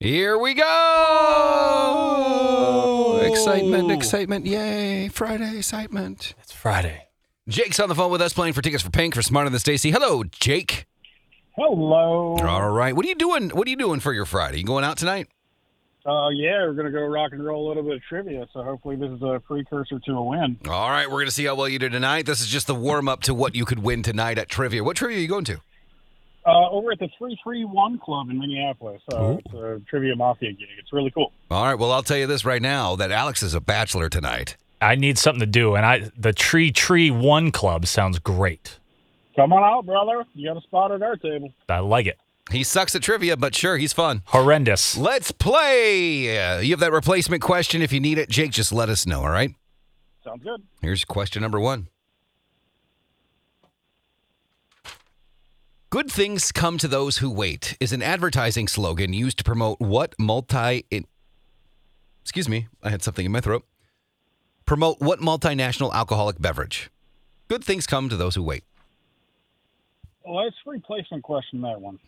Here we go! Excitement, excitement, yay! Friday excitement. It's Friday. Jake's on the phone with us playing for tickets for Pink for Smarter Than Stacy. Hello, Jake. Hello. All right. What are you doing? What are you doing for your Friday? You going out tonight? Uh, yeah, we're gonna go rock and roll a little bit of trivia. So hopefully this is a precursor to a win. All right, we're gonna see how well you do tonight. This is just the warm up to what you could win tonight at trivia. What trivia are you going to? Uh, over at the three three one club in Minneapolis, uh, it's a trivia mafia gig. It's really cool. All right. Well, I'll tell you this right now that Alex is a bachelor tonight. I need something to do, and I the Tree Tree One Club sounds great. Come on out, brother. You got a spot at our table. I like it. He sucks at trivia, but sure, he's fun. Horrendous. Let's play. Uh, You have that replacement question if you need it, Jake. Just let us know. All right. Sounds good. Here's question number one. Good things come to those who wait is an advertising slogan used to promote what multi. In- Excuse me, I had something in my throat. Promote what multinational alcoholic beverage? Good things come to those who wait. Well, let's replacement question that one.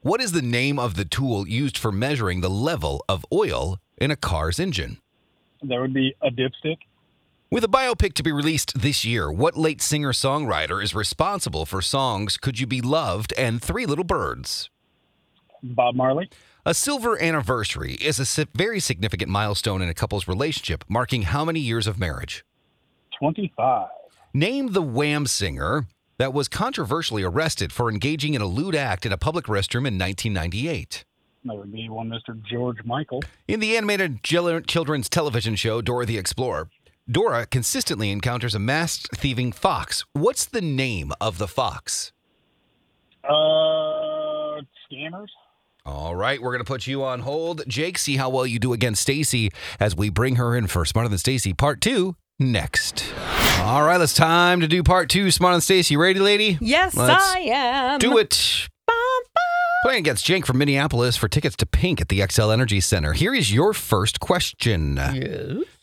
What is the name of the tool used for measuring the level of oil in a car's engine? That would be a dipstick. With a biopic to be released this year, what late singer songwriter is responsible for songs Could You Be Loved and Three Little Birds? Bob Marley. A silver anniversary is a si- very significant milestone in a couple's relationship, marking how many years of marriage? Twenty five. Name the Wham singer that was controversially arrested for engaging in a lewd act in a public restroom in 1998. That would be one Mr. George Michael. In the animated chil- children's television show Dora the Explorer, Dora consistently encounters a masked thieving fox. What's the name of the fox? Uh, scammers. All right, we're going to put you on hold. Jake, see how well you do against Stacy as we bring her in for Smarter Than Stacy Part 2 next. All right, it's time to do Part 2 Smarter Than Stacy. Ready, lady? Yes, Let's I am. Do it. Playing against Jake from Minneapolis for tickets to Pink at the XL Energy Center. Here is your first question.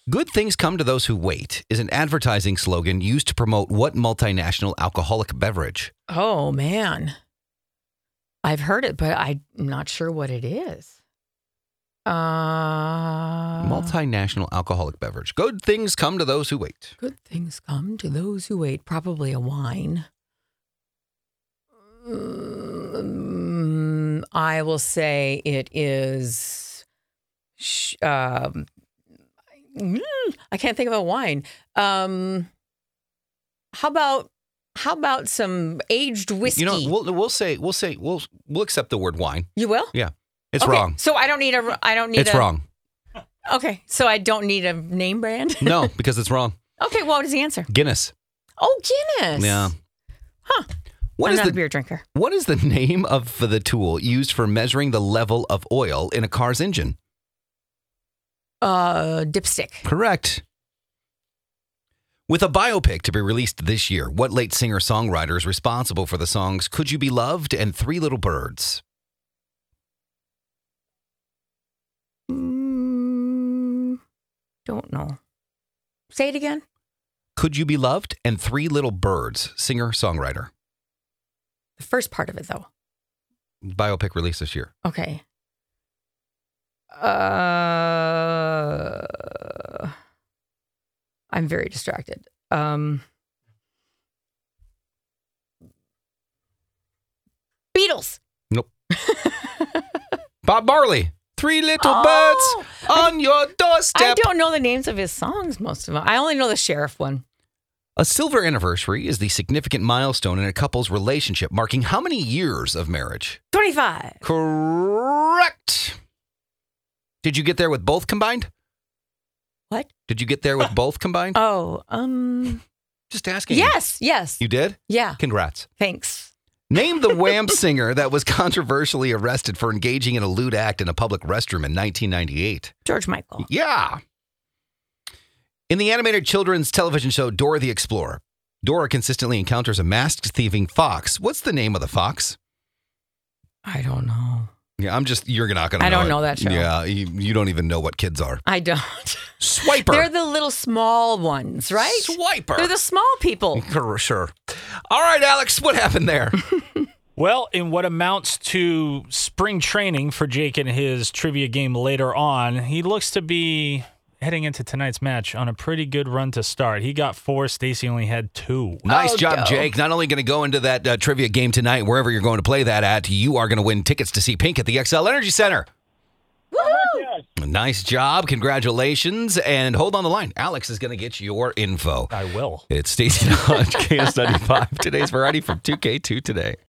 Good things come to those who wait is an advertising slogan used to promote what multinational alcoholic beverage? Oh man, I've heard it, but I'm not sure what it is. Uh, multinational alcoholic beverage. Good things come to those who wait. Good things come to those who wait. Probably a wine. Um, I will say it is. sh- Um, mm, I can't think of a wine. Um, how about how about some aged whiskey? You know, we'll we'll say we'll say we'll we'll accept the word wine. You will. It's okay, wrong. So I don't need a. I don't need. It's a, wrong. Okay, so I don't need a name brand. No, because it's wrong. okay, what is the answer? Guinness. Oh, Guinness. Yeah. Huh. What I'm is not the a beer drinker. what is the name of the tool used for measuring the level of oil in a car's engine? Uh, dipstick. Correct. With a biopic to be released this year, what late singer songwriter is responsible for the songs Could You Be Loved and Three Little Birds? Mm, don't know. Say it again. Could You Be Loved and Three Little Birds, singer songwriter. The first part of it, though. Biopic released this year. Okay. Uh, I'm very distracted. Um, Beatles. Bob Marley. Three little Oh, birds on your I doorstep. don't know the names of his songs, most of them. I only know the sheriff one. A silver anniversary is the significant milestone in a couple's relationship, marking how many years of marriage? 25. Correct. Did you get there with both combined? What? Uh, Did you get there with both combined? Oh, um, Just asking. yes, yes. You did? Yeah, Congrats. thanks. Name the Wham singer that was controversially arrested for engaging in a lewd act in a public restroom in 1998. George Michael. Yeah. In the animated children's television show Dora the Explorer, Dora consistently encounters a masked thieving fox. What's the name of the fox? I don't know. Yeah, I'm just you're not gonna. I know don't it. know that show. Yeah, you, you don't even know what kids are. I don't. Swiper. They're the little small ones, right? Swiper. They're the small people. Cor- Sure. All right, Alex, what happened there? Well, in what amounts to spring training for Jake in his trivia game later on, he looks to be heading into tonight's match on a pretty good run to start. He got four, Stacy only had two. Nice Oh, job, no. Jake. Not only going to go into that uh, trivia game tonight, wherever you're going to play that at, you are going to win tickets to see Pink at the XL Energy Center. Woohoo! Yes. Nice job. Congratulations. And hold on the line. Alex is going to get your info. I will. It's Stacy Hodge, KS95, today's variety from 2K2 today.